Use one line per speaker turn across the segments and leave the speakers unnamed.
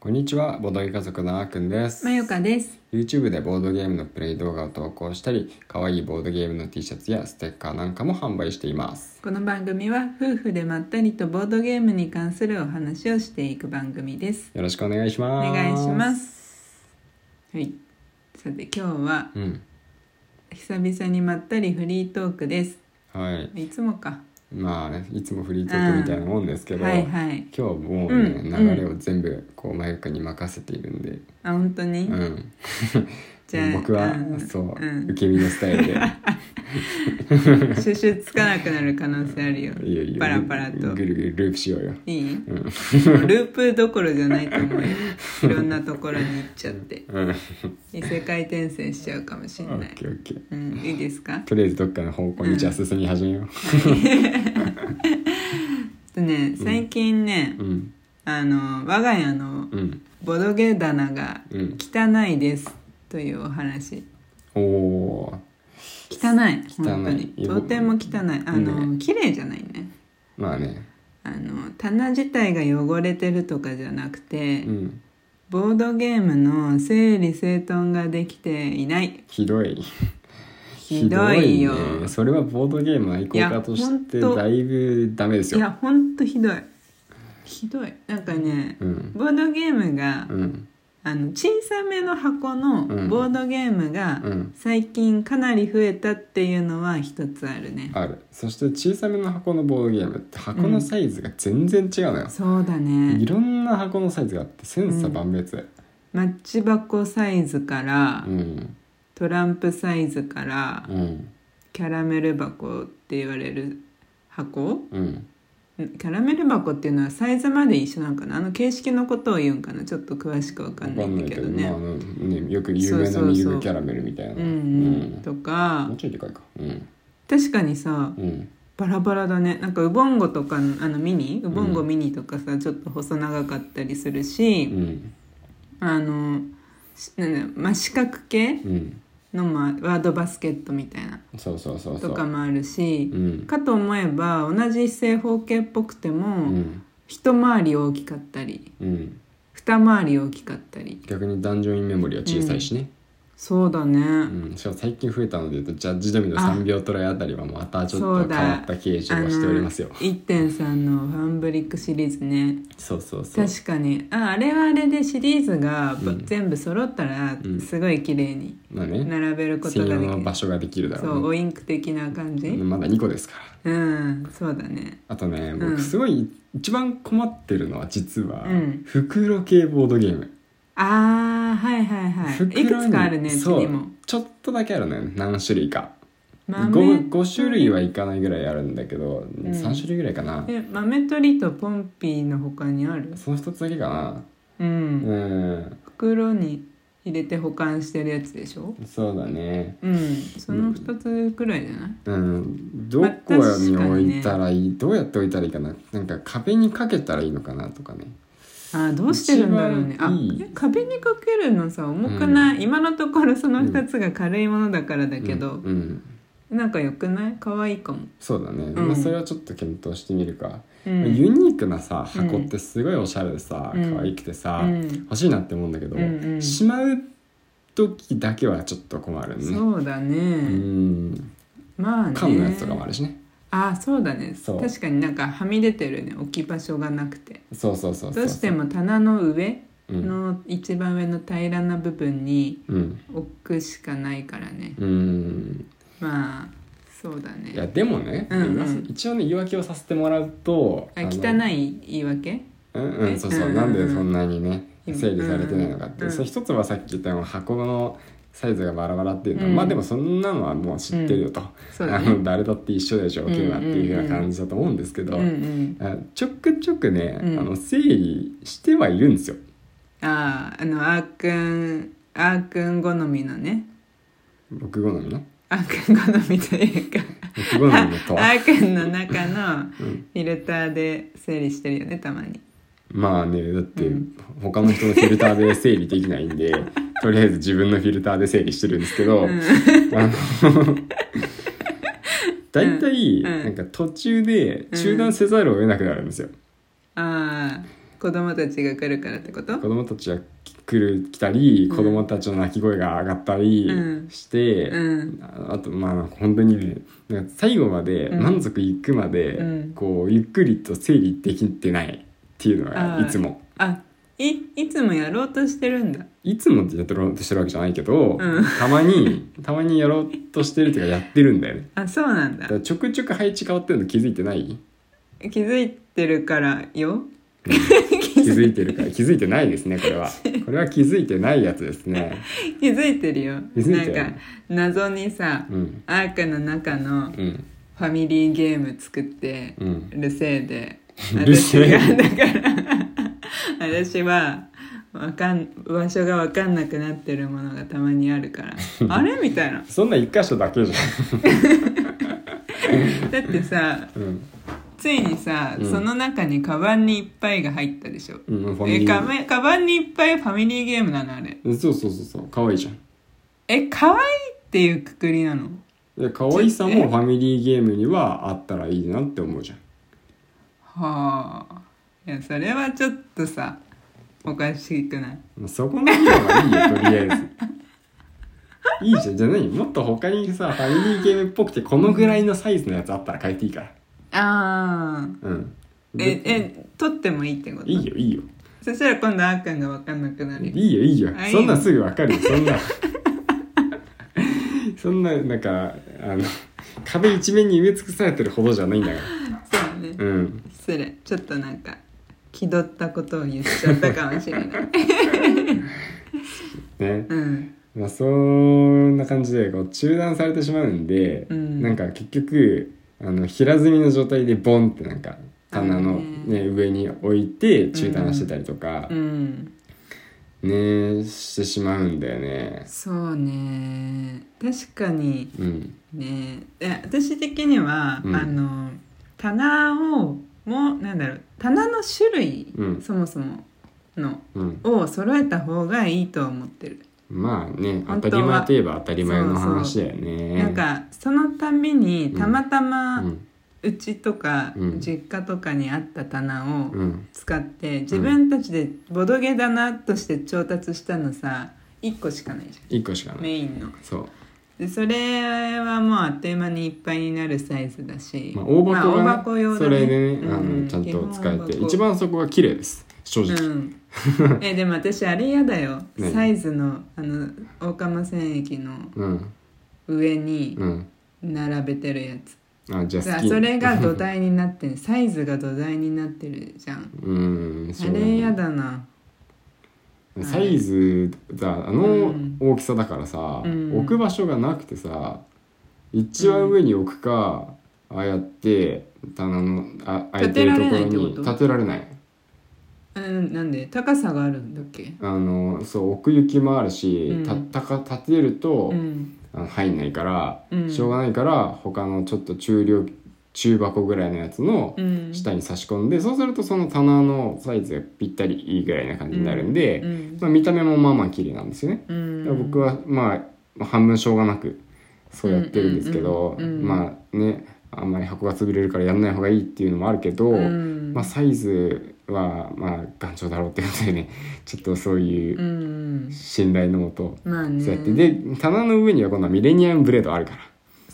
こんにちは、ボードゲー家族のあーくんです。
まゆかです。
YouTube でボードゲームのプレイ動画を投稿したり、可愛いボードゲームの T シャツやステッカーなんかも販売しています。
この番組は夫婦でまったりとボードゲームに関するお話をしていく番組です。
よろしくお願いし
お
ます。
願いしま。す。はい。さて今日は
うん。
久々にまったりフリートークです。
はい。
いつもか。
まあね、いつもフリートークみたいなもんですけど、
はいはい。
今日もう
う
ね、
ん
流れを全部こうマユカに任せているんで、
あ本当に、
うん。
じゃあ
僕は、
うん
そう、
うん
受け身のスタイル で、
収集つかなくなる可能性あるよ。
いいよいいよ
パラパラと
ぐるぐるループしようよ。
いい、
ん
ループどころじゃないと思 うよ。いろんなところに行っちゃって
うん。オッ
異世界転生しちゃうかもしれない。
ケーオッケー。
うんいいですか？
とりあえずどっかの方向にじゃあ進み始めよう。
とね最近ね、
うん
あの我が家の
うん
ボドゲ棚が
うん
汚いですというお話
おお
汚い
汚い
本当に
いや
とても汚いあの、
ね
綺麗じゃないね
まあね
あの棚自体が汚れてるとかじゃなくて、
うん
ボードゲームの整理整頓ができていない
ひどい
ひどいよ
ひどねそれはボードゲーム愛好家としてい
やほんと
だいぶダメです
い
よ
やほんとひどいひどいなんかね
うん
ボードゲームが、
うん
あの小さめの箱の
うん
ボードゲームが
うん
最近かなり増えたっていうのは一つあるね、
あるそして小さめの箱のボードゲームって箱のサイズが全然違うのよ、
そうだ
い
ね
ろんな箱のサイズがあって千差万別
マッチ箱サイズから、
うん
トランプサイズから、
うん
キャラメル箱って言われる箱
うん
んキャラメル箱っていうのはサイズまで一緒なんかなあの形式のことを言うんかなちょっと詳しくわかんないんだけどね
わかんないけどまあねよく有名
そ
な
うそうそう
ミルクキャラメルみたいな
うん、うん、と
うん
か
もうちょいでかいかうん
確かにさ
うん
バラバラだねなんかウボンゴとかのあのミニウボンゴミニとかさ、ちょっと細長かったりするし、
うん
あのしなんだろうまあ、四角形
うん
の、まあ、ワードバスケットみたいな
そうそうそうそう
とかもあるし
う、ん
かと思えば同じ正方形っぽくて
う
も、
ん
一回り大きかったり
うん
二回り大きかったり
逆にダンジョンインメモリーは小さいしね、
そうだね、
うんしかも最近増えたのでいうとジャッジドミの3秒トライあたりはまたちょ
そ
っ
う
と
だ
変わった形状をしておりますよ
あの1.3のファンブリックシリーズね
そうそうそう
確かにああれはあれでシリーズがば
うん
全部揃ったら
うん
すごい綺麗に
まあね
並べることが
専
でき
用
る、
の場所ができるだ
そ
ろ
う
う
オインク的な感
ね
じ
まだ2個ですから
うんそうだね
あとね
う
僕
ん
すごい一番困ってるのは実は、
うん
袋系ボードゲーム
あーはいはいはい
袋
いくつかあるねうち
そ
に
う
も
ちょっとだけあるのよ何種類か
豆
5, 5種類はいかないぐらいあるんだけど、
ん
3種類ぐらいかな
え豆取りとポンピーの他にある
その1つだけかな
う
うんん
袋に入れて保管してるやつでしょ
そうだね
うんその2つくらいじゃない
うんどこに置いたらいい、どうやって置いたらいいかななんか壁にかけたらいいのかなとかね
あーどうしてるんだろうね
一
あ
番いい
え壁にかけるのさ重くない、今のところその2つが軽いものだからだけ
う
ど
ん、、うん
なんかよくない可愛いかも、
そうだね、
ん
まあ、それはちょっと検討してみるか、
うん
ユニークなさ箱ってすごいおしゃれでさ、
うん
可愛くてさ、
うん
欲しいなって思うんだけど、
うんうん
しまう時だけはちょっと困るね
そうだね、
うん
まあね
缶のやつとかもあるしね
あーそうだね
そう
確かになんかはみ出てるね置き場所がなくて
そうそうそうそう
どうしても棚の上
うん
の一番上の平らな部分に
うん、
置くしかないからね
うん
まあそうだ
いや
ね
でもね、
うんうん
一応ね言い訳をさせてもらうと
あ
あの
汚い言い訳
うんうん
ね
そうそう、
うんうん
なんでそんなにね
うん
整理されてないのかって、
うん
それ一つはさっき言ったように箱のサイズがバラバラっていうのは、
うん
まあでもそんなのはもう知ってるよと、
そう
あ
だね
の誰だって一緒でしょうけどなっていうような感じだと思うんですけ
う
ど、
んうん
あちょくちょくね、
うん
あの整理してはいるんですよ。
あああのあーくんあーくん好みのね
僕好みの
あーくん好みというか
僕好みのと
あ
は
ーくんの中
う
の
ん
フィルターで整理してるよねたまに
まあねだって
うん
他の人のフィルターで整理できないん でとりあえず自分のフィルターで整理してるんですけど、
ん
あの 大体
うん
なんか途中で中断せざるを得なくなるんですよ。
ああ子供たちが来るからってこと
子供たちが来る来たり
うん
子供たちの泣き声が上がったり
うん
して、
うん
ああとまあ本当にねなんか最後まで
うん
満足いくまで、
うん
こうゆっくりと整理できてないっていうの
あ
が
ー
いつも。
あいいつもやろうとしてるんだ
いつもやってろうとしてるわけじゃないけど、
うん
たま にたまにやろうとしてるっていうかやってるんだよね
あそうなんだ
だからちょくちょく配置変わってるの気づいてない
気づいてるからよ
気づいてるから気づいてないですねこ れはこれは気づいてないやつですね
気づいてるよ
気づいてる
なんか謎にさ、
うん
アークの中の
うん
ファミリーゲーム作って
うん
るせいで
う る
私
せえ
がだから私はわかん場所が分かんなくなってるものがたまにあるから あれみたいな
そんな一箇所だけじ
だってさ
ゃんうん、
ついにさ、
うん
その中にカバンにいっぱいが入ったでしょ、
うん、ファミ
え
リ
カ
ー
メカバンにいっぱいファミリーゲームなのあれ
そうそうそうそう可愛いじゃん
え可愛いっていうくくりなの
で可愛さもファミリーゲームにはあったらいいなって思うじゃん
はあいやそれはちょっとさおかしくない
まあそこの議論はいいよとりあえずいいじゃんじゃあ何もっと他にさファミリーゲームっぽくてこのぐらいのサイズのやつあったら変えていいから
ああ
うん
ええ取ってもいいってこと
いいよいいよ
そしたら今度あーくんが分かんなくなる
いいよいいよ
あいいの
そんなんすぐわかるよそんなそんななんかあの壁一面に埋め尽くされてるほどじゃないんだか
そうだね
らうん
失礼ちょっとなんか気取ったことを言っちゃったかもしれない
ね
うん
まあそんな感じでこう中断されてしまうんで、
うん
なんか結局あの平積みの状態でボンってなんか棚の、
あ
ね上に置いて中断してたりとか
う、ん
ねしてしまうんだよね
そうね確かに
うん
ねえ私的には、
うん
あの棚をもうなんだろう棚の種類、
うん
そもそもの
うん
を揃えた方がいいと思ってる、
まあね当
本
た
当は
り前といえば当たり前の話だよね
なんかそのために
うん
たまた
う
ま
ん
うちとか、
うん
実家とかにあった棚を
うん
使って、自分たちでボドゲ棚として調達したのさ1個しかないじ
1個しか
ゃん
ない
メインの
そう
でそれはもうあっという間にいっぱいになるサイズだし、
まあ、大箱が、
まあ大箱用だね
それでね、
うん
あのちゃんと使え
基
て
本大箱
一番そこが綺麗です正直、
うん えでも私あれ嫌だよ
何
サイズのあの大釜線駅の
うん
上に
うん、
並べてるやつ、
あじゃあ
さ
好
あ
き
それが土台になってるサイズが土台になってるじゃん
うんそう
あれ嫌だな
サイズだあの
うん
大きさだからさ、
うん
置く場所がなくてさ一番上に置くか、ああやって棚のあ空いてるところに
立てられないってこと
立てられない
うんなんで高さがあるんだっけ
あのそう奥行きもあるし、
うん
たたか立てると、
うん
あの入んないから、
うん
しょうがないから他のちょっと中量中箱ぐらいのやつの
うん
下に差し込んで、そうするとその棚のサイズがぴったりいいぐらいな感じになるんで、
うん
まあ、見た目もまあまあ綺麗なんですよね、
うん
僕はまあ半分しょうがなくそうやってるんですけど、
うんうんうんうん
まあねあんまり箱が潰れるからやんない方がいいっていうのもあるけど、
うん
まあ、サイズはまあ頑丈だろうってことでね ちょっとそういううん信頼のもと、
まあね
そうやってで棚の上には今度はミレニアムブレードあるから。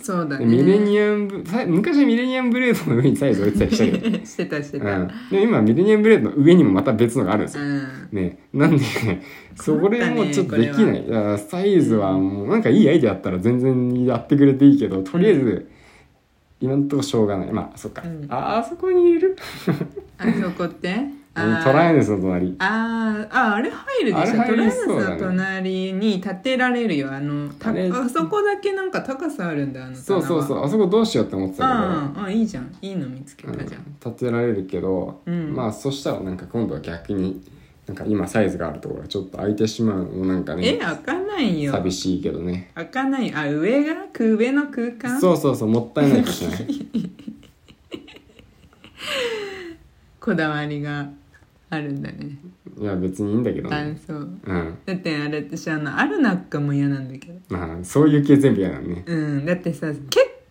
そうだ
で
ね
ミレニアムブさ昔はミレニアムブレードの上にサイズ置いてたりしたけど、
ア してたして
う
た
ん、で今ミレニアムブレードの上にもまた別のがあるんです
う
よ、
ん
ね、なんでねそこでもうちょっとでき
困った
ない、
ね
いやサイズはもうなんかいいアイデアあったら全然やってくれていいけどとりあえず今んとこしょうがないまあそっか、
うん
ああそこにいる
あそこって
ト
あー
ライアヌスの隣
あーああれ入るで
あれ
しょト
入
ライ
り
ア
そ
ス
うだね
の隣に立てられるよあのた
あ
あ
れ
そこだけなんか高さあるんだよあの
そうそうそううあそこどうしようって思ってたけど、
ああいいじゃんいいの見つけたじゃん、
立てられるけど、
うん
まあそしたらなんか今度は逆になんか今サイズがあるところがちょっと空いてしまうのなんか
え
ね
開かないよ
寂しいけどね
開かないあ上が上の空間
そうそうそうもったいないかもしれない
こだわりがあるんだね
いや別にいいんだけ ど
あ
ね
そう
うん
だってあれ私あのあるなっかも嫌なんだけど
まあそういう系全部嫌だね
うんだってさ結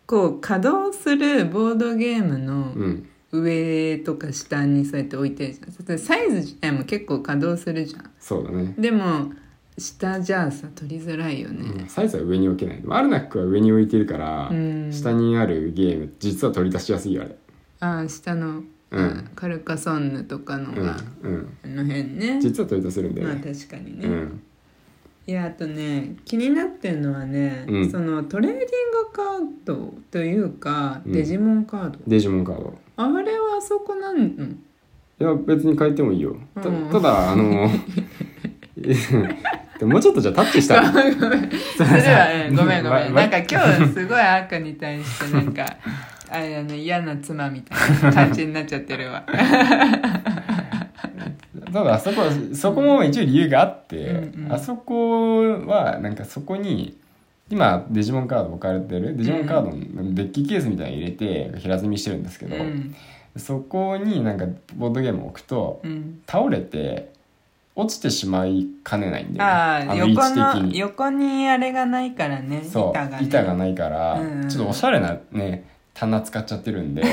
構稼働するボードゲームの
うん
上とか下にそうやって置いてるじゃんそれサイズ自体も結構稼働するじゃん
そうだね、
でも下じゃあさ取りづらいよ
う
ね
んサイズは上に置けないアルナックは上に置いてるから、
うん
下にあるゲーム実は取り出しやすいよあれ
ああ下の、
うん
カルカソンヌとかの
うん
が、
うん
あの辺ね
実は取り出せるんだよ
まあ
ね、
確かにね、
うん
いやあとね気になってるのはね、
うん
そのトレーディングカードというか、
うん
デジモンカード
デジモンカード
あれはあそこなん の
いや別に変えてもいいよた
うん
ただあ のでももうちょっとじゃあタッチしたら
ごめんごめんそれではねごめんごめん
わ
なんか今日すごい赤に対してな んかあれだね嫌な妻みたいな感じになっちゃってる わ
ただあそこそこも一応理由があって、
うんうん
あそこはなんかそこに今デジモンカード置かれてるデジモンカードのデッキケースみたいに入れて平積みしてるんですけ
う
ど、
ん
そこになんかボードゲームを置くと
うん
倒れて落ちてしまいかねないんで、
ああ横の
に
横にあれがないからね
そう
板
板
が
が,、
ね
ないから、
うんうん
ちょっとおしゃれなね棚使っちゃってる んで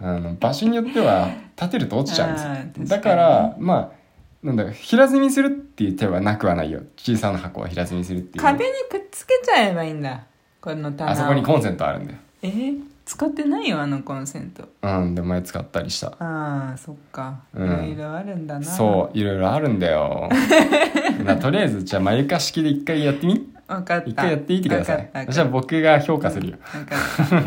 あの場所によっては立てると落ちちゃ
あー
うんです
確か
よ
に
だからまあなんだろう平積みするっていう手はなくはないよ小さな箱は平積みするっていう
壁にくっつけちゃえばいいんだこの棚を
あそこにコンセントあるんだよ
えー使ってないよあのコンセント
うんで前使ったりした
ああそっかい
うん
ろいろあるんだな、
そういろいろあるんだ よだからとりあえずじゃあ眉か式で一回やってみ
分かった
一回やってみてくださ
わ
い
かった
じゃあ僕が評価するよ、
分か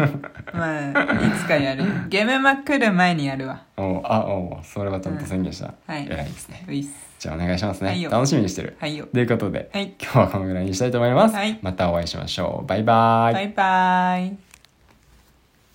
ったまあいつか やるゲームマ来る前にやるわ
おうあおうそれはちゃんと宣言した、
うんはい
偉いですね
ういっす
じゃあお願いしますね、
はいよ
楽しみにしてる
はいよ
ということで、
はい
今日はこのぐらいにしたいと思います。
はい
またお会いしましょう。バイバイ。
バイバイ